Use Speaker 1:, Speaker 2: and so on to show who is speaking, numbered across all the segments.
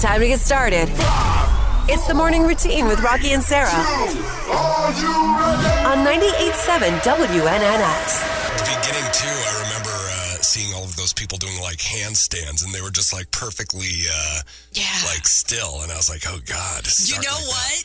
Speaker 1: Time to get started. It's the morning routine with Rocky and Sarah
Speaker 2: Are you ready?
Speaker 1: on 98.7 WNNX.
Speaker 3: the beginning too, I remember uh, seeing all of those people doing like handstands, and they were just like perfectly uh,
Speaker 4: Yeah.
Speaker 3: like still, and I was like, oh god.
Speaker 4: you
Speaker 3: start
Speaker 4: know
Speaker 3: like that.
Speaker 4: what?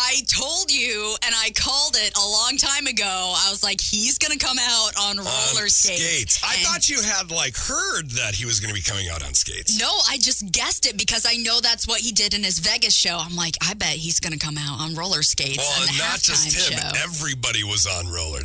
Speaker 4: I told you, and I called it a long time ago. I was like, he's going to come out on
Speaker 3: On
Speaker 4: roller skates.
Speaker 3: I
Speaker 4: And-
Speaker 3: thought you had like heard that he was going to be coming out on skates.
Speaker 4: No, I just guessed it because I know that's what he did in his Vegas show. I'm like, I bet he's going to come out on roller skates on
Speaker 3: well,
Speaker 4: the
Speaker 3: not just
Speaker 4: halftime
Speaker 3: him.
Speaker 4: show.
Speaker 3: Everybody was on roller
Speaker 4: I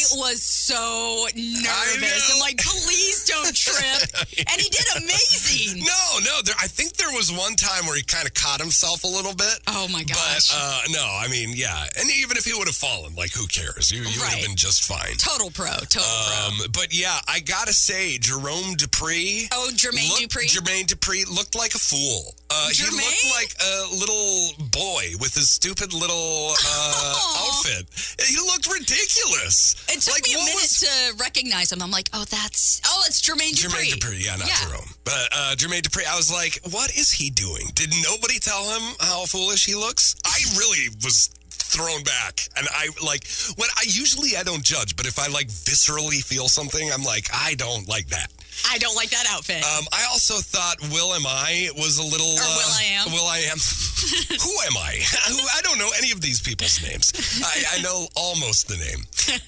Speaker 3: skates.
Speaker 4: was so nervous.
Speaker 3: know.
Speaker 4: I'm like, please don't trip. and he did amazing.
Speaker 3: no, no. There, I think there was one time where he kind of caught himself a little bit.
Speaker 4: Oh my
Speaker 3: But
Speaker 4: gosh.
Speaker 3: uh, no, I mean, yeah. And even if he would have fallen, like, who cares? You, you would have
Speaker 4: Right.
Speaker 3: been just fine.
Speaker 4: total pro. Total pro.
Speaker 3: Um, but yeah, I gotta say, Jerome Dupree.
Speaker 4: Oh, Jermaine
Speaker 3: looked-
Speaker 4: Dupree?
Speaker 3: Jermaine Dupree looked like a fool. Uh, he looked
Speaker 4: Jermaine?
Speaker 3: like a little boy with his stupid little uh,
Speaker 4: Aw.
Speaker 3: outfit. He looked ridiculous.
Speaker 4: It took
Speaker 3: like,
Speaker 4: me a
Speaker 3: what
Speaker 4: minute
Speaker 3: was-
Speaker 4: to recognize him. I'm like, oh, that's oh, it's Jermaine Dupri.
Speaker 3: Jermaine Dupree, yeah, not Jerome, but uh, Jermaine Dupree. I was like, what is he doing? Did nobody tell him how foolish he looks? I really was thrown back, and I like when I usually I don't judge, but if I like viscerally feel something, I'm like, I don't like that.
Speaker 4: I don't like that outfit.
Speaker 3: Um, I also thought Will Am I was a little. uh,
Speaker 4: Or Will I Am.
Speaker 3: Will I Am. Who am I? Who, I don't know any of these people's names. I, I know almost the name.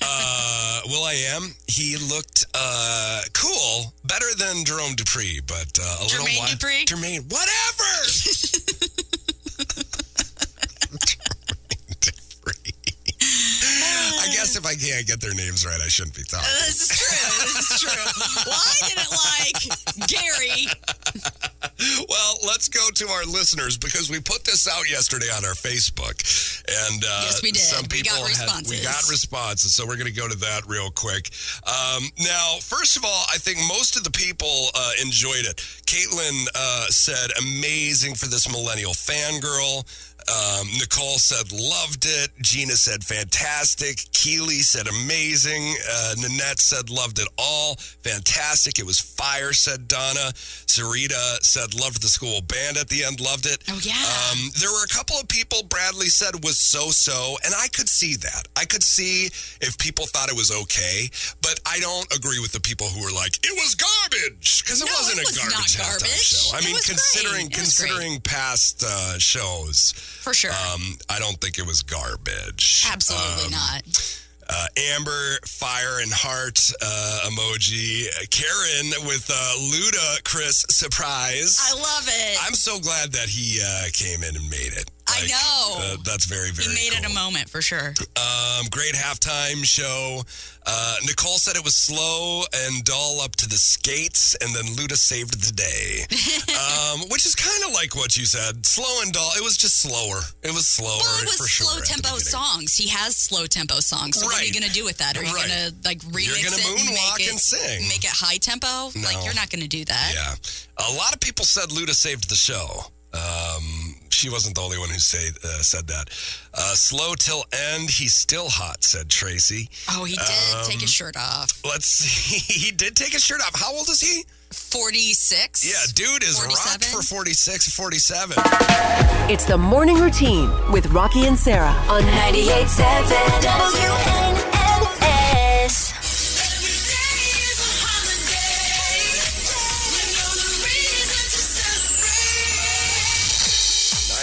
Speaker 3: Uh, Will I Am, he looked uh, cool, better than Jerome Dupree, but uh, a little
Speaker 4: Jermaine
Speaker 3: wi-
Speaker 4: Dupri?
Speaker 3: Jermaine, whatever! Jermaine Dupri. I guess if I can't get their names right, I shouldn't be talking.
Speaker 4: this is true. This is true. Why did it like Gary?
Speaker 3: Well, let's go to our listeners because we put this out yesterday on our Facebook, and uh,
Speaker 4: Yes, we did.
Speaker 3: Some
Speaker 4: We
Speaker 3: people
Speaker 4: got
Speaker 3: had- we
Speaker 4: responses.
Speaker 3: got responses, so we're going to go to that real quick. Um, now, first of all, I think most of the people uh, enjoyed it. Caitlin uh, said, "Amazing for this millennial fangirl." Um, Nicole said, loved it. Gina said, fantastic. Keely said, amazing. Uh, Nanette said, loved it all. Fantastic. It was fire, said Donna. Sarita said, loved the school band at the end, loved it.
Speaker 4: Oh, yeah.
Speaker 3: Um, there were a couple of people Bradley said was so so, and I could see that. I could see if people thought it was okay, but I don't agree with the people who were like, it was garbage. Because it
Speaker 4: No,
Speaker 3: wasn't
Speaker 4: it was
Speaker 3: a
Speaker 4: not
Speaker 3: garbage, halftime
Speaker 4: garbage.
Speaker 3: show. I
Speaker 4: It
Speaker 3: mean,
Speaker 4: was great.
Speaker 3: considering
Speaker 4: It was great.
Speaker 3: considering past uh, shows,
Speaker 4: For sure.
Speaker 3: um, I don't think it was garbage. um,
Speaker 4: Absolutely not.
Speaker 3: Uh, Amber, fire and heart uh, emoji. Karen with uh, Luda, Chris, surprise.
Speaker 4: I love it.
Speaker 3: I'm so glad that he uh, came in and made it.
Speaker 4: I know.
Speaker 3: uh, that's very, very
Speaker 4: he made
Speaker 3: cool.
Speaker 4: it a moment for sure.
Speaker 3: Um, great halftime show. Uh, Nicole said it was slow and dull up to the skates, and then Luda saved the day, um, which is kind of like what you said. Slow and dull. It was just slower. It was slower
Speaker 4: Well, it was
Speaker 3: for sure.
Speaker 4: slow
Speaker 3: at the
Speaker 4: tempo
Speaker 3: beginning.
Speaker 4: songs. He has slow tempo songs. So what are you
Speaker 3: Right.
Speaker 4: going to do with that? Are you
Speaker 3: Right.
Speaker 4: going to like remix
Speaker 3: You're gonna
Speaker 4: it
Speaker 3: moonwalk
Speaker 4: make it,
Speaker 3: and sing.
Speaker 4: Make it high tempo?
Speaker 3: No.
Speaker 4: Like you're not going to do that.
Speaker 3: Yeah, a lot of people said Luda saved the show. Um, she wasn't the only one who say, uh, said that. Uh, slow till end. He's still hot," said Tracy.
Speaker 4: Oh, he did take
Speaker 3: Um,
Speaker 4: his shirt off.
Speaker 3: Let's see. He did take his shirt off. How old is he?
Speaker 4: 46.
Speaker 3: Yeah, dude is rocked
Speaker 4: 47?
Speaker 3: for 46, 47.
Speaker 1: It's the morning routine with Rocky and Sarah on 98.7 WNNX.
Speaker 4: Every day is a holiday. We know the reason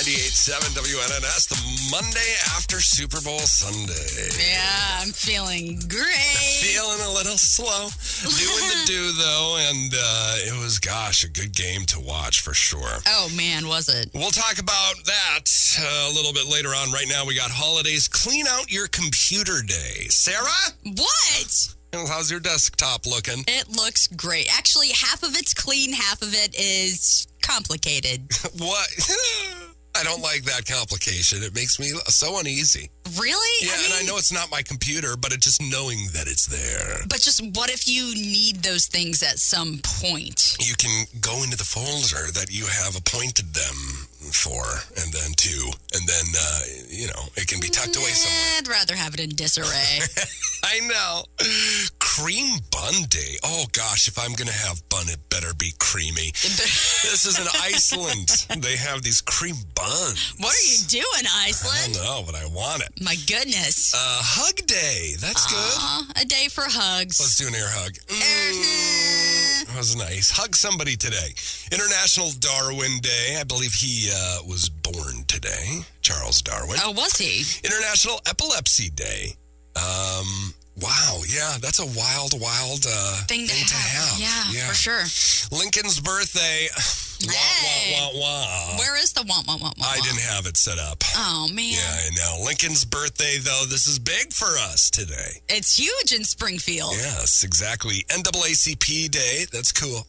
Speaker 4: to
Speaker 3: 98.7
Speaker 4: celebrate.
Speaker 3: WNNS, the Monday after Super Bowl Sunday.
Speaker 4: Yeah, I'm feeling great.
Speaker 3: Feeling a little slow, doing the do though, and uh, it was, gosh, a good game to watch for sure.
Speaker 4: Oh man, was it?
Speaker 3: We'll talk about that uh, a little bit later on. Right now, we got holidays. Clean out your computer day. Sarah,
Speaker 4: What?
Speaker 3: how's your desktop looking?
Speaker 4: It looks great. Actually, half of it's clean, half of it is complicated.
Speaker 3: What? I don't like that complication. It makes me so uneasy.
Speaker 4: Really?
Speaker 3: Yeah, and I
Speaker 4: mean,
Speaker 3: know it's not my computer, but it just knowing that it's there.
Speaker 4: But just what if you need those things at some point?
Speaker 3: You can go into the folder that you have appointed them for, and then to, and then, uh, you know, it can be tucked away somewhere.
Speaker 4: I'd rather have it in disarray.
Speaker 3: I know. cream bun day. Oh gosh, if I'm gonna have bun, it better be creamy. this is in Iceland. They have these cream buns.
Speaker 4: What are you doing,
Speaker 3: I
Speaker 4: Iceland?
Speaker 3: don't know, but I want it.
Speaker 4: My goodness.
Speaker 3: Uh, hug day. That's good.
Speaker 4: Aw, Uh-huh. a day for hugs.
Speaker 3: Let's do an air hug. Mm,
Speaker 4: Mm-hmm.
Speaker 3: that was nice. Hug somebody today. International Darwin Day. I believe he uh, was born today. Charles Darwin.
Speaker 4: Oh, was he?
Speaker 3: International Epilepsy Day. Um, wow, yeah, that's a wild, wild uh,
Speaker 4: Thing to, have. Yeah, for sure.
Speaker 3: Lincoln's birthday.
Speaker 4: Hey.
Speaker 3: Wah, wah, wah, wah.
Speaker 4: Where is the want, want, want, want?
Speaker 3: I didn't have it set up.
Speaker 4: Oh, man.
Speaker 3: Yeah, I know. Lincoln's birthday, though, this is big for us today.
Speaker 4: It's huge in Springfield.
Speaker 3: Yes, exactly. NAACP Day. That's cool.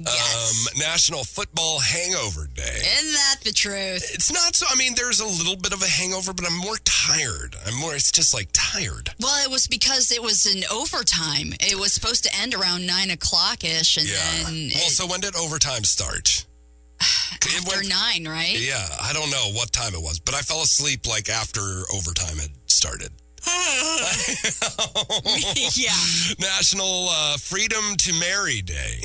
Speaker 4: Yes.
Speaker 3: Um, National Football Hangover Day.
Speaker 4: Isn't that the truth?
Speaker 3: It's not so, I mean, there's a little bit of a hangover, but I'm more tired. I'm more, it's just like tired.
Speaker 4: Well, it was because it was an overtime. It was supposed to end around nine o'clock ish, and then it-
Speaker 3: well, so when did overtime start? It
Speaker 4: after
Speaker 3: went-
Speaker 4: nine, right?
Speaker 3: yeah, I don't know what time it was, but I fell asleep like after overtime had started.
Speaker 4: yeah.
Speaker 3: National uh, Freedom to Marry Day.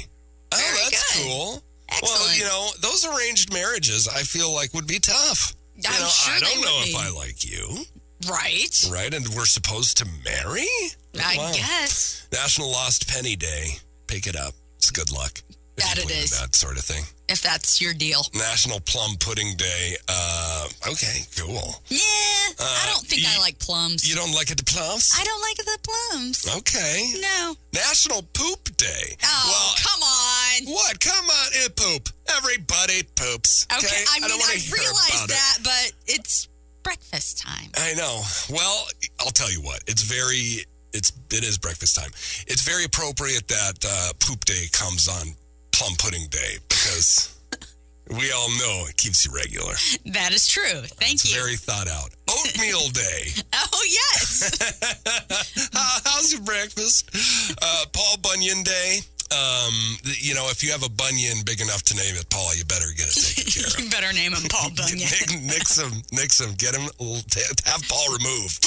Speaker 3: Oh,
Speaker 4: Very
Speaker 3: that's
Speaker 4: good.
Speaker 3: cool. Well,
Speaker 4: Excellent.
Speaker 3: you know, those arranged marriages I feel like would be tough. You
Speaker 4: I'm
Speaker 3: know,
Speaker 4: sure
Speaker 3: I
Speaker 4: they
Speaker 3: don't
Speaker 4: would
Speaker 3: know if
Speaker 4: be.
Speaker 3: I like you,
Speaker 4: Right?
Speaker 3: right? And we're supposed to marry?
Speaker 4: I
Speaker 3: Wow.
Speaker 4: guess.
Speaker 3: National Lost Penny Day. Pick it up. It's good luck. If
Speaker 4: That
Speaker 3: you
Speaker 4: it
Speaker 3: believe in
Speaker 4: is.
Speaker 3: That sort of thing.
Speaker 4: If that's your deal.
Speaker 3: National Plum Pudding Day. Uh, okay, cool.
Speaker 4: Yeah.
Speaker 3: Uh,
Speaker 4: I don't think I
Speaker 3: you-
Speaker 4: like plums.
Speaker 3: You don't like it to plums?
Speaker 4: I don't like the
Speaker 3: Uh,
Speaker 4: plums.
Speaker 3: Okay.
Speaker 4: No.
Speaker 3: National Poop Day.
Speaker 4: Oh, come on.
Speaker 3: well, what? Come on, it poop. Everybody poops.
Speaker 4: Okay. I mean,
Speaker 3: don't wanna
Speaker 4: I,
Speaker 3: hear
Speaker 4: realize
Speaker 3: about it.
Speaker 4: that, but it's breakfast time.
Speaker 3: I know. Well, I'll tell you what. It's very. It's it is breakfast time. It's very appropriate that uh, poop day comes on plum pudding day because we all know it keeps you regular.
Speaker 4: That is true. Thank
Speaker 3: It's
Speaker 4: you.
Speaker 3: very thought out. Oatmeal day.
Speaker 4: oh, yes.
Speaker 3: How- How's your breakfast? Uh, Paul Bunyan Day. Um, th- you know, if you have a bunion big enough to name it Paul, you better get it taken care of.
Speaker 4: you better name him Paul Bunyan.
Speaker 3: Nick, nix him, nix him, get him, l- t- have Paul removed.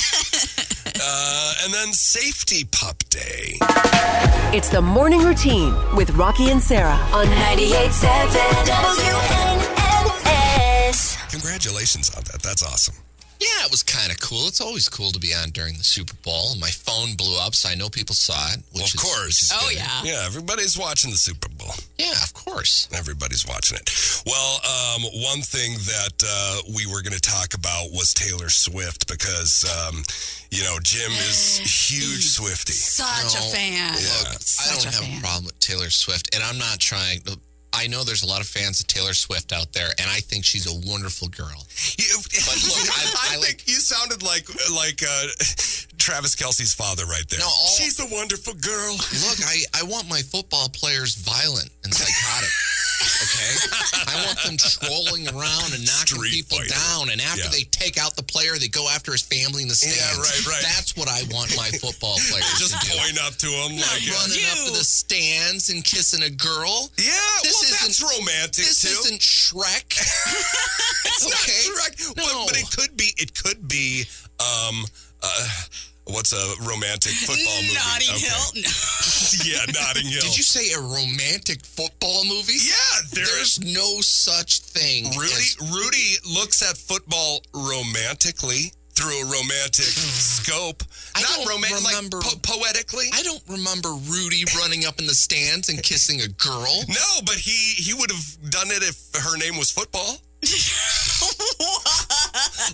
Speaker 3: Uh, and then Safety Pup Day.
Speaker 1: It's the morning routine with Rocky and Sarah on 98.7 WNNS.
Speaker 3: Congratulations on that. That's awesome.
Speaker 5: Yeah, it was kind of cool. It's always cool to be on during the Super Bowl. My phone blew up, so I know people saw it. Which
Speaker 3: Well, of
Speaker 5: is-
Speaker 3: course.
Speaker 5: which is
Speaker 4: Oh,
Speaker 5: good.
Speaker 4: yeah.
Speaker 3: Yeah, everybody's watching the Super Bowl.
Speaker 5: Yeah, of course.
Speaker 3: Everybody's watching it. Well, um, one thing that uh, we were going to talk about was Taylor Swift because, um, you know, Jim is huge Swifty.
Speaker 4: Such a
Speaker 5: No,
Speaker 4: fan.
Speaker 5: Look, I
Speaker 4: Such
Speaker 5: don't
Speaker 4: a
Speaker 5: have
Speaker 4: fan.
Speaker 5: a problem with Taylor Swift, and I'm not trying to. I know there's a lot of fans of Taylor Swift out there, and I think she's a wonderful girl.
Speaker 3: You-
Speaker 5: look, I-
Speaker 3: I,
Speaker 5: I like-
Speaker 3: think you sounded like like uh, Travis Kelsey's father right there.
Speaker 5: No, all-
Speaker 3: She's a wonderful girl.
Speaker 5: Look, I, I want my football players violent and psychotic. Okay? I want them trolling around and knocking
Speaker 3: Street
Speaker 5: people
Speaker 3: fighter.
Speaker 5: down. And after
Speaker 3: Yeah.
Speaker 5: they take out the player, they go after his family in the stands.
Speaker 3: right, right.
Speaker 5: That's what I want my football players
Speaker 3: Just
Speaker 5: to do.
Speaker 3: point up to him like uh,
Speaker 5: running up to
Speaker 4: You.
Speaker 5: the stands and kissing a girl.
Speaker 3: yeah.
Speaker 5: This
Speaker 3: well, that's
Speaker 5: isn't-
Speaker 3: romantic
Speaker 5: This
Speaker 3: too.
Speaker 5: isn't Shrek. it's
Speaker 3: Correct.
Speaker 5: No.
Speaker 3: But, but it could be. It could be. Um, uh, what's a romantic football movie?
Speaker 4: Notting
Speaker 3: Okay.
Speaker 4: Hill. No.
Speaker 3: yeah, Notting Hill.
Speaker 5: Did you say a romantic football movie?
Speaker 3: Yeah, there's.
Speaker 5: There's no such thing. as-
Speaker 3: Rudy, Rudy looks at football romantically through a romantic scope.
Speaker 5: I
Speaker 3: Not
Speaker 5: don't
Speaker 3: romantic, like
Speaker 5: remember-
Speaker 3: po- poetically.
Speaker 5: I don't remember Rudy running up in the stands and kissing a girl.
Speaker 3: No, but he he would have done it if her name was football.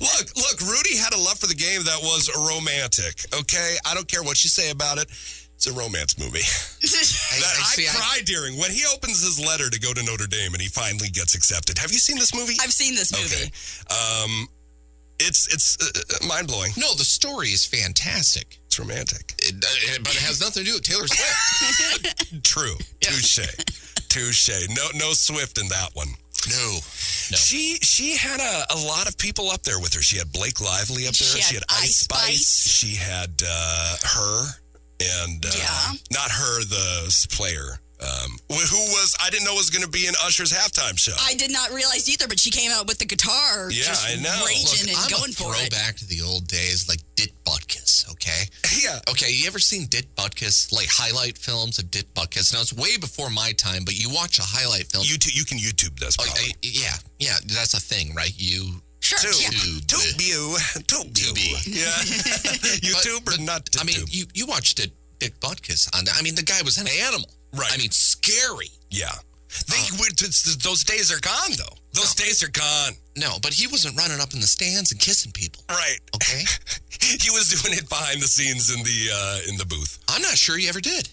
Speaker 3: look, look, Rudy had a love for the game that was romantic. Okay, I don't care what you say about it. It's a romance movie that I,
Speaker 5: see, I-
Speaker 3: cry during when he opens his letter to go to Notre Dame and he finally gets accepted. Have you seen this movie?
Speaker 4: I've seen this
Speaker 3: okay,
Speaker 4: movie.
Speaker 3: um, it's it's uh, mind blowing.
Speaker 5: No, the story is fantastic.
Speaker 3: It's romantic.
Speaker 5: It, uh, but it has nothing to do with Taylor Swift.
Speaker 3: True. Touche. Touche. No no Swift in that one.
Speaker 5: no. No.
Speaker 3: She she had a, a lot of people up there with her. She had Blake Lively up there. She
Speaker 4: She
Speaker 3: had, Ice
Speaker 4: had Ice
Speaker 3: Spice.
Speaker 4: Spice.
Speaker 3: She had uh, her and uh,
Speaker 4: Yeah.
Speaker 3: not her the s- player. Uh, Um, wh- who was I didn't know was going to be in Usher's halftime show.
Speaker 4: I did not realize either, but she came out with the guitar.
Speaker 3: Yeah,
Speaker 4: just
Speaker 3: I know.
Speaker 4: Raging and
Speaker 5: I'm
Speaker 4: going
Speaker 5: a
Speaker 4: for it.
Speaker 5: throwback to the old days, like Dit Butkus. Okay.
Speaker 3: yeah,
Speaker 5: Okay, you ever seen Dit Butkus, like highlight films of Dit Butkus? Now, it's way before my time, but you watch a highlight film.
Speaker 3: YouTube. You can YouTube this.
Speaker 5: Oh,
Speaker 3: Probably.
Speaker 5: I- yeah, yeah, that's a thing, right? You.
Speaker 4: Sure.
Speaker 3: Tube.
Speaker 4: Yeah.
Speaker 3: Tube you. Tube you.
Speaker 5: Tube.
Speaker 3: Yeah. YouTube or
Speaker 5: but,
Speaker 3: not
Speaker 5: I mean,
Speaker 3: tube.
Speaker 5: you, you watched Dit, Dick Butkus. On, I mean, the guy was an animal.
Speaker 3: Right.
Speaker 5: I mean, scary.
Speaker 3: yeah. They, we're- th- th- those days are gone, though. Those days are gone.
Speaker 5: No, but he wasn't running up in the stands and kissing people.
Speaker 3: Right.
Speaker 5: Okay.
Speaker 3: He was doing it behind the scenes in the uh, in the booth.
Speaker 5: I'm not sure he ever did.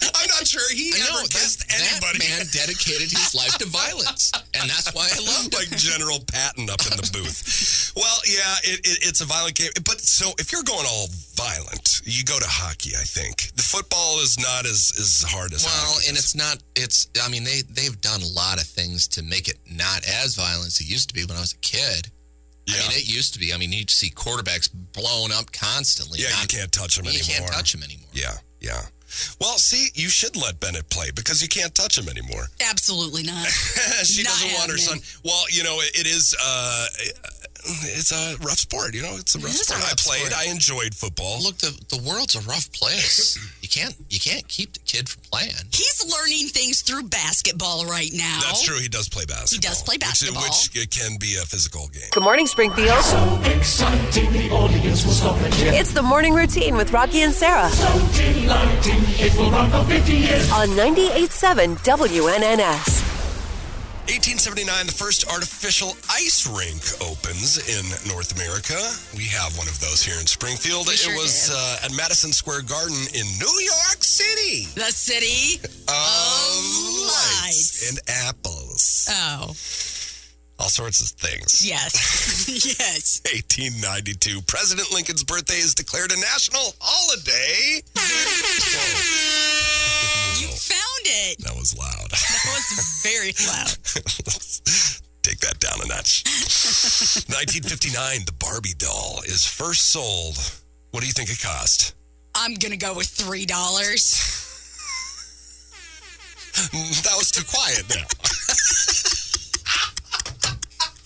Speaker 3: I'm not sure he
Speaker 5: I know
Speaker 3: ever kissed anybody.
Speaker 5: that man dedicated his life to violence, and that's why I loved him.
Speaker 3: like General Patton up in the booth. Well, yeah, it, it, it's a violent game. But so if you're going all violent, you go to hockey. I think the football is not as as hard as
Speaker 5: Well,
Speaker 3: hockey
Speaker 5: and
Speaker 3: is.
Speaker 5: it's not. It's. I mean, they they've done a lot of things to make it not as violent as it used to be when I was a kid. I
Speaker 3: Yeah.
Speaker 5: mean, it used to be. I mean, you'd see quarterbacks blown up constantly.
Speaker 3: yeah, you
Speaker 5: Not-
Speaker 3: can't touch them
Speaker 5: you
Speaker 3: anymore.
Speaker 5: can't touch them anymore.
Speaker 3: Yeah, yeah. Well, see, you should let Bennett play because you can't touch him anymore.
Speaker 4: Absolutely not.
Speaker 3: she
Speaker 4: Not
Speaker 3: doesn't want her son.
Speaker 4: happening.
Speaker 3: Well, you know, it, it is. Uh, it's a rough sport. You know, it's a rough
Speaker 4: is a
Speaker 3: sport. I
Speaker 4: rough
Speaker 3: played.
Speaker 5: sport.
Speaker 3: I enjoyed football.
Speaker 5: Look, the the world's a rough place. you can't you can't keep the kid from playing.
Speaker 4: He's learning things through basketball right now.
Speaker 3: That's true. He does play basketball.
Speaker 4: play
Speaker 3: which- uh,
Speaker 4: basketball.
Speaker 3: which, it can be a physical game.
Speaker 1: Good morning, Springfield.
Speaker 6: So exciting, the audience will stop and cheer.
Speaker 1: It's the morning routine with Rocky and Sarah
Speaker 6: So delighting, it will run for 50 years.
Speaker 1: on 98.7 WNNS.
Speaker 3: 1879, the first artificial ice rink opens in North America. We have one of those here in Springfield.
Speaker 4: We sure
Speaker 3: it was
Speaker 4: do.
Speaker 3: uh, at Madison Square Garden in New York City.
Speaker 4: The city.
Speaker 3: Of
Speaker 4: Oh, lights.
Speaker 3: and apples,
Speaker 4: Oh,
Speaker 3: all sorts of things.
Speaker 4: yes. yes.
Speaker 3: 1892, President Lincoln's birthday is declared a national holiday.
Speaker 4: You found it.
Speaker 3: That was loud.
Speaker 4: That was very loud.
Speaker 3: Take that down a notch. 1959, the Barbie doll is first sold. What do you think it cost?
Speaker 4: I'm going to go with $3.
Speaker 3: That was too quiet now.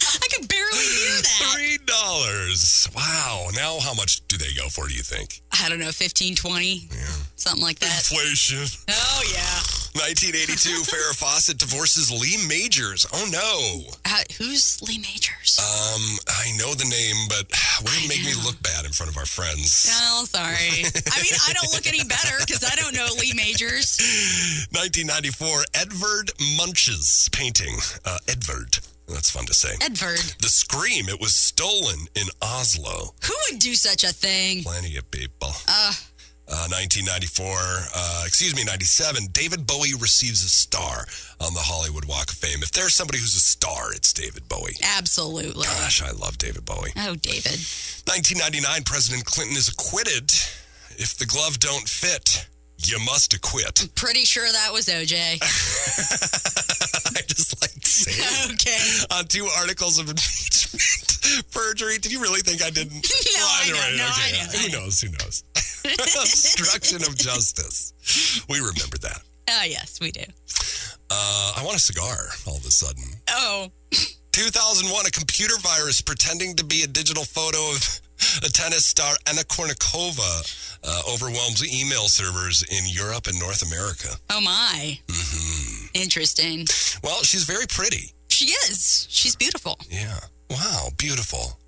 Speaker 4: I could barely hear that.
Speaker 3: Three dollars. Wow. Now how much do they go for, do you think?
Speaker 4: I don't know, 15, 20, something like that.
Speaker 3: Inflation.
Speaker 4: Oh, yeah.
Speaker 3: 1982, Farrah Fawcett divorces Lee Majors. Oh no.
Speaker 4: Uh, who's Lee Majors?
Speaker 3: Um, I know the name, but way to
Speaker 4: I
Speaker 3: make me
Speaker 4: know.
Speaker 3: look bad in front of our friends.
Speaker 4: Oh, sorry. I mean, I don't look any better because I don't know Lee Majors.
Speaker 3: 1994, Edvard Munch's painting. Uh, Edvard. That's fun to say.
Speaker 4: Edvard.
Speaker 3: the Scream. It was stolen in Oslo.
Speaker 4: Who would do such a thing?
Speaker 3: Plenty of people. Uh, 1994, uh, excuse me, 97, David Bowie receives a star on the Hollywood Walk of Fame. If there's somebody who's a star, it's David Bowie.
Speaker 4: Absolutely.
Speaker 3: Gosh, I love David Bowie.
Speaker 4: Oh, David.
Speaker 3: 1999, President Clinton is acquitted. If the glove don't fit, you must acquit.
Speaker 4: Pretty sure that was OJ.
Speaker 3: I just like saying that.
Speaker 4: Okay.
Speaker 3: on two articles of impeachment perjury. Did you really think I didn't?
Speaker 4: No, I know, no, I know, I
Speaker 3: Who knows? Who knows? Obstruction of justice. We remember that.
Speaker 4: Oh, yes, we do.
Speaker 3: Uh, I want a cigar all of a sudden.
Speaker 4: Oh,
Speaker 3: 2001, a computer virus pretending to be a digital photo of a tennis star, Anna Kournikova, uh, overwhelms email servers in Europe and North America.
Speaker 4: oh my. Mm-hmm. Interesting.
Speaker 3: Well, she's very pretty.
Speaker 4: She is. She's beautiful.
Speaker 3: Yeah. Wow. Beautiful.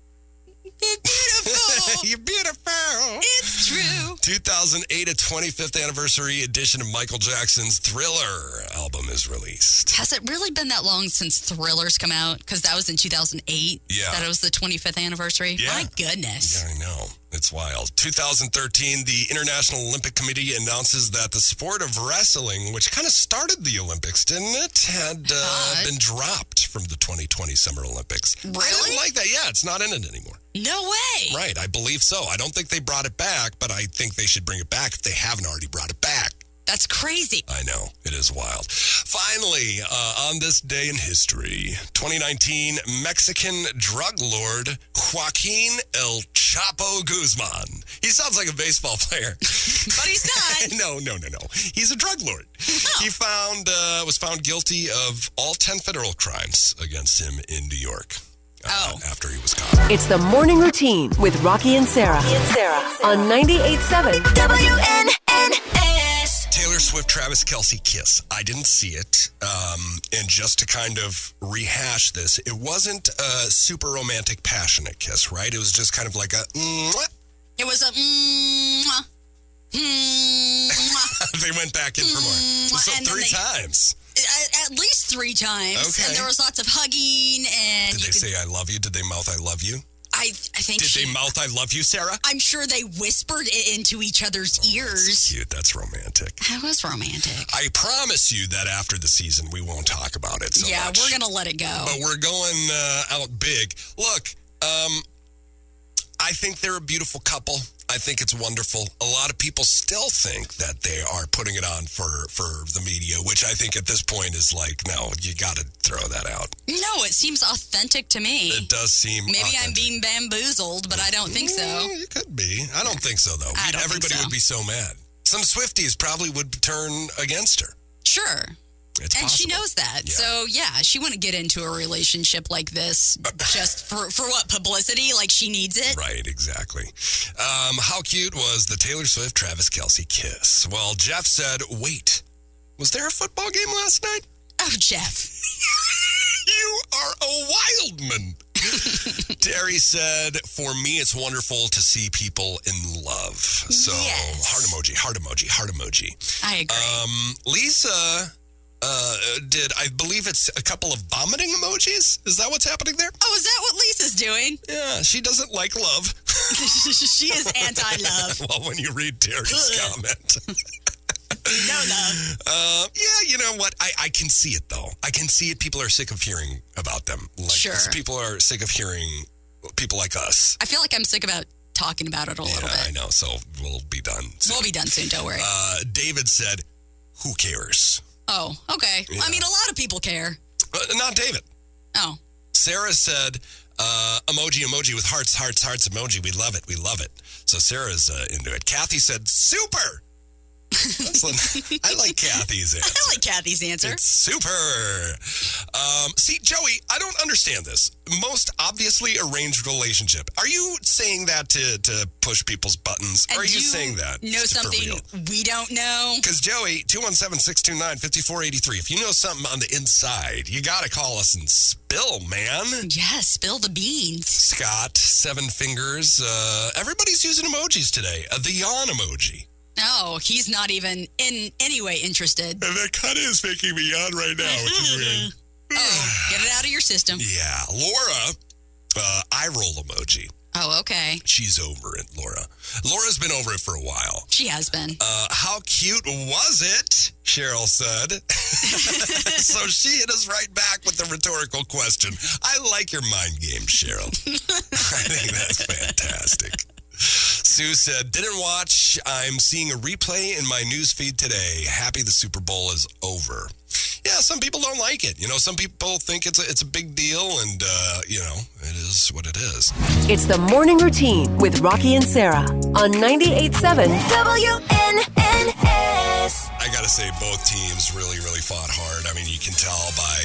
Speaker 4: Beautiful.
Speaker 3: You're beautiful.
Speaker 4: it's true.
Speaker 3: 2008, a 25th anniversary edition of Michael Jackson's Thriller album is released.
Speaker 4: Has it really been that long since Thriller's come out? Because that was in 2008.
Speaker 3: Yeah.
Speaker 4: That was the 25th anniversary.
Speaker 3: Yeah.
Speaker 4: My goodness.
Speaker 3: I know. It's wild. 2013, the International Olympic Committee announces that the sport of wrestling, which kind of started the Olympics, didn't it, had uh,
Speaker 4: Hot.
Speaker 3: been dropped from the 2020 Summer Olympics. I didn't
Speaker 4: Really?
Speaker 3: like that. Yeah, it's not in it anymore.
Speaker 4: No way.
Speaker 3: Right. I believe so. I don't think they brought it back, but I think they should bring it back if they haven't already brought it back.
Speaker 4: That's crazy.
Speaker 3: I know. It is wild. Finally, uh, on this day in history, 2019, Mexican drug lord Joaquin El Chapo Guzman. He sounds like a baseball player.
Speaker 4: But he's not. Oh.
Speaker 3: no, no, no, no. He's a drug lord. He found uh, was found guilty of all ten federal crimes against him in New York. uh,
Speaker 4: Oh.
Speaker 3: After he was caught.
Speaker 1: It's the morning routine with Rocky and Sarah. And Sarah on 98.7
Speaker 7: WNNS.
Speaker 3: Taylor Swift, Travis Kelsey kiss. I didn't see it. Um, and just to kind of rehash this, it wasn't a super romantic, passionate kiss, right? It was just kind of like a. "Mwah."
Speaker 4: It was a. Mwah, mwah,
Speaker 3: They went back in for more. So
Speaker 4: Mm, And then
Speaker 3: three
Speaker 4: they-
Speaker 3: times.
Speaker 4: at, at least three times,
Speaker 3: Okay.
Speaker 4: and there was lots of hugging, and
Speaker 3: Did
Speaker 4: you
Speaker 3: they
Speaker 4: could,
Speaker 3: say I love you? Did they mouth I love you?
Speaker 4: I, I think
Speaker 3: Did
Speaker 4: she,
Speaker 3: they mouth I love you, Sarah?
Speaker 4: I'm sure they whispered it into each other's ears.
Speaker 3: Cute. That's romantic.
Speaker 4: That was romantic.
Speaker 3: I promise you that after the season, we won't talk about it. So
Speaker 4: yeah,
Speaker 3: much. Oh.
Speaker 4: we're gonna let it go.
Speaker 3: But we're going uh, out big. Look, um, I think they're a beautiful couple. I think it's wonderful. A lot of people still think that they are putting it on for for the media, which I think at this point is like, no, you got to throw that out.
Speaker 4: no, it seems authentic to me.
Speaker 3: It does seem
Speaker 4: Maybe I'm
Speaker 3: authentic.
Speaker 4: being bamboozled, but I don't think so.
Speaker 3: Mm, It could be. I don't think so though.
Speaker 4: I don't think
Speaker 3: Everybody
Speaker 4: so.
Speaker 3: would be so mad. Some Swifties probably would turn against her.
Speaker 4: Sure.
Speaker 3: It's
Speaker 4: And she
Speaker 3: possible.
Speaker 4: knows that.
Speaker 3: Yeah.
Speaker 4: So, yeah, she wouldn't get into a relationship like this just for, for what? Publicity? Like she needs it?
Speaker 3: Right, exactly. Um, how cute was the Taylor Swift Travis Kelsey kiss? Well, Jeff said, wait, was there a football game last night?
Speaker 4: Oh, Jeff.
Speaker 3: You are a wild man. Terry said, for me, it's wonderful to see people in love. So,
Speaker 4: Yes.
Speaker 3: heart emoji, heart emoji, heart emoji.
Speaker 4: I agree.
Speaker 3: Um, Lisa uh, did, I believe it's a couple of vomiting emojis. Is that what's happening there?
Speaker 4: oh, is that what Lisa's doing?
Speaker 3: Yeah, she doesn't like love.
Speaker 4: she is anti love.
Speaker 3: well, when you read Terry's comment.
Speaker 4: No love.
Speaker 3: Uh, yeah, you know what? I, I can see it though. I can see it. People are sick of hearing about them. Like,
Speaker 4: Sure.
Speaker 3: these People are sick of hearing people like us.
Speaker 4: I feel like I'm sick about talking about it a little
Speaker 3: Yeah, I
Speaker 4: bit.
Speaker 3: know. So we'll be done. soon.
Speaker 4: We'll be done soon. Don't worry.
Speaker 3: uh, David said, "Who cares?"
Speaker 4: oh, okay. I mean, a lot of people care.
Speaker 3: Uh, not David.
Speaker 4: Oh,
Speaker 3: Sarah said, uh, "Emoji, emoji with hearts, hearts, hearts, emoji. We love it. We love it." So Sarah's uh, into it. Kathy said, "Super." That's what- I like Kathy's answer.
Speaker 4: I like Kathy's answer.
Speaker 3: It's super. Um, see, Joey, I don't understand this. Most obviously arranged relationship. Are you saying that to, to push people's buttons?
Speaker 4: And
Speaker 3: Are you
Speaker 4: do
Speaker 3: saying that?
Speaker 4: Know something we don't know?
Speaker 3: Because, Joey, 217 629 5483, if you know something on the inside, you got to call us and spill, man.
Speaker 4: Yes, spill the beans.
Speaker 3: Scott, Seven Fingers. Uh, everybody's using emojis today. Uh, the yawn emoji.
Speaker 4: No, he's not even in any way interested.
Speaker 3: And that kind of is making me yawn right now, which is weird.
Speaker 4: Oh, get it out of your system.
Speaker 3: Mm-hmm. Yeah. Laura, uh, eye roll emoji.
Speaker 4: Oh, okay.
Speaker 3: She's over it, Laura. Laura's been over it for a while.
Speaker 4: She has been.
Speaker 3: Uh, how cute was it? Cheryl said. so she hit us right back with the rhetorical question. I like your mind game, Cheryl. I think that's fantastic. Sue said, didn't watch. I'm seeing a replay in my news feed today. Happy the Super Bowl is over. Yeah, some people don't like it. You know, some people think it's a, it's a big deal, and, uh, you know, it is what it is.
Speaker 1: It's the morning routine with Rocky and Sarah on 98.7.
Speaker 7: WNNS.
Speaker 3: I gotta say, both teams really, really fought hard. I mean, you can tell by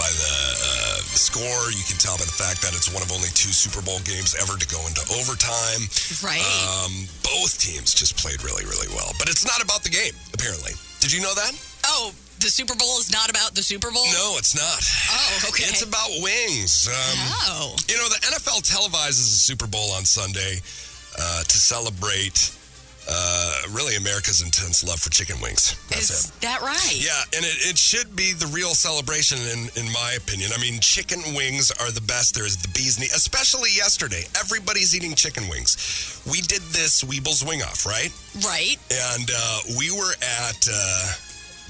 Speaker 3: by the uh, score. You can tell by the fact that it's one of only two Super Bowl games ever to go into overtime.
Speaker 4: right.
Speaker 3: Um, both teams just played really, really well. But it's not about the game, apparently. Did you know that?
Speaker 4: oh, the Super Bowl is not about the Super Bowl?
Speaker 3: No, it's not.
Speaker 4: Oh, okay.
Speaker 3: It's about wings. Um,
Speaker 4: Oh.
Speaker 3: You know, the NFL televises the Super Bowl on Sunday uh, to celebrate uh, really America's intense love for chicken wings. That's it.
Speaker 4: Is that right?
Speaker 3: Yeah, and it, it should be the real celebration, in, in my opinion. I mean, chicken wings are the best. There's the bee's knee, especially yesterday. Everybody's eating chicken wings. We did this Weeble's Wing Off, right?
Speaker 4: Right?
Speaker 3: And uh, we were at uh,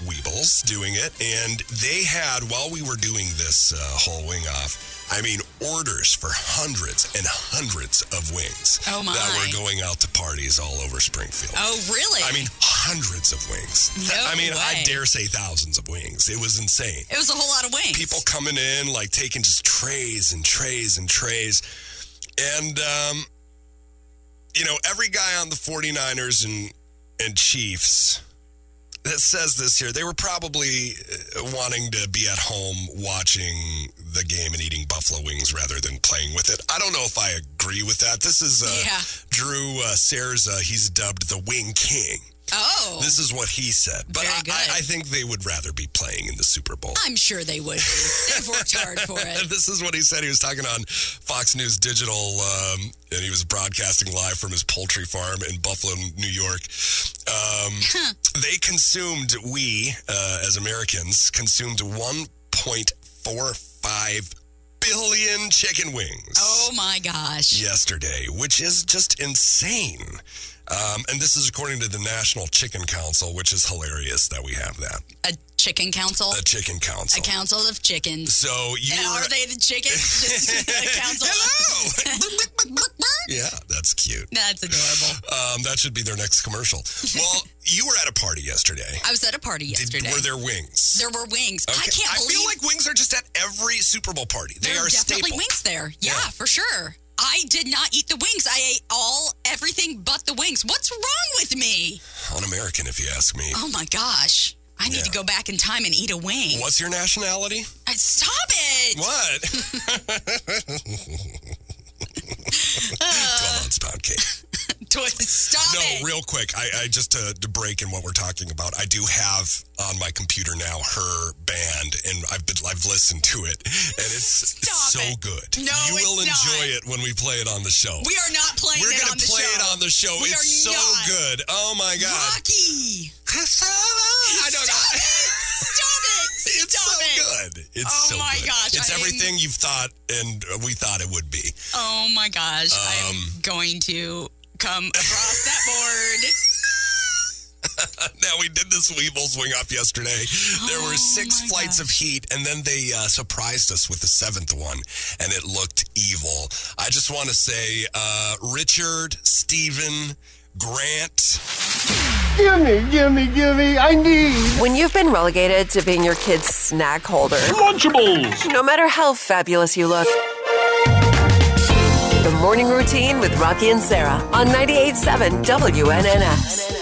Speaker 3: Weeble's doing it, and they had, while we were doing this uh, whole wing off, I mean, orders for hundreds and hundreds of wings
Speaker 4: Oh, my.
Speaker 3: that were going out to parties all over Springfield.
Speaker 4: Oh, really?
Speaker 3: I mean, hundreds of wings.
Speaker 4: No
Speaker 3: I mean, I
Speaker 4: way.
Speaker 3: dare say thousands of wings. It was insane.
Speaker 4: it was a whole lot of wings.
Speaker 3: People coming in, like taking just trays and trays and trays. And um, you know, every guy on the 49ers and, and Chiefs that says this here, they were probably uh, wanting to be at home watching the game and eating buffalo wings rather than playing with it. I don't know if I agree with that. This is uh,
Speaker 4: Yeah.
Speaker 3: Drew uh, Serza. He's dubbed the Wing King.
Speaker 4: Oh,
Speaker 3: This is what he said. But
Speaker 4: Very
Speaker 3: I,
Speaker 4: good.
Speaker 3: I, I think they would rather be playing in the Super Bowl.
Speaker 4: I'm sure they would. be. They've worked hard for it.
Speaker 3: This is what he said. He was talking on Fox News Digital, um, and he was broadcasting live from his poultry farm in Buffalo, New York. Um, they consumed, we uh, as Americans, consumed 1.45 billion chicken wings
Speaker 4: Oh my gosh.
Speaker 3: yesterday, which is just insane. Um, and this is according to the National Chicken Council, which is hilarious that we have that.
Speaker 4: A chicken council,
Speaker 3: A chicken council.
Speaker 4: a council of chickens.
Speaker 3: so you
Speaker 4: And
Speaker 3: were-
Speaker 4: are they the chickens? Just a council.
Speaker 3: Hello. yeah, that's cute.
Speaker 4: That's adorable.
Speaker 3: Um, that should be their next commercial. Well, you were at a party yesterday.
Speaker 4: I was at a party
Speaker 3: Did-
Speaker 4: yesterday.
Speaker 3: were there wings?
Speaker 4: There were wings. I
Speaker 3: Okay.
Speaker 4: can't
Speaker 3: I
Speaker 4: believe
Speaker 3: feel like wings are just at every Super Bowl party. They
Speaker 4: there
Speaker 3: are
Speaker 4: are
Speaker 3: a
Speaker 4: definitely
Speaker 3: staple.
Speaker 4: wings there. Yeah,
Speaker 3: Yeah.
Speaker 4: for sure. I did not eat the wings. I ate all everything but the wings. What's wrong with me?
Speaker 3: Un-American, if you ask me.
Speaker 4: Oh my gosh. I need
Speaker 3: Yeah.
Speaker 4: to go back in time and eat a wing.
Speaker 3: What's your nationality?
Speaker 4: Uh, Stop it.
Speaker 3: What? 12 ounce pound cake.
Speaker 4: Toy- Stop
Speaker 3: No,
Speaker 4: it.
Speaker 3: real quick, I, I just to, to break in what we're talking about. I do have on my computer now her band, and I've been I've listened to it, and it's
Speaker 4: Stop
Speaker 3: so
Speaker 4: it.
Speaker 3: good.
Speaker 4: No,
Speaker 3: you will
Speaker 4: it's not.
Speaker 3: enjoy it when we play it on the show.
Speaker 4: we are not playing
Speaker 3: We're
Speaker 4: it
Speaker 3: gonna
Speaker 4: on the
Speaker 3: play
Speaker 4: show.
Speaker 3: it on the show.
Speaker 4: We
Speaker 3: it's so
Speaker 4: are not.
Speaker 3: good. Oh my god!
Speaker 4: Rocky.
Speaker 3: I don't
Speaker 4: Stop
Speaker 3: know.
Speaker 4: it. Stop it.
Speaker 3: It's
Speaker 4: Stop
Speaker 3: so
Speaker 4: it.
Speaker 3: good. It's
Speaker 4: Oh
Speaker 3: so
Speaker 4: my
Speaker 3: good.
Speaker 4: gosh,
Speaker 3: It's
Speaker 4: I didn't-
Speaker 3: everything you've thought and we thought it would be.
Speaker 4: Oh my gosh.
Speaker 3: Um,
Speaker 4: I'm going to come across that board.
Speaker 3: Now we did this Weeble swing off yesterday. There were six
Speaker 4: my
Speaker 3: flights of heat, and then they uh, surprised us with the seventh one, and it looked evil. I just want to say, uh, Richard, Stephen, Grant.
Speaker 2: Gimme, gimme, gimme, I need
Speaker 1: When you've been relegated to being your kid's snack holder,
Speaker 6: Lunchables!
Speaker 1: no matter how fabulous you look, the morning routine with Rocky and Sarah on 98.7 WNNS.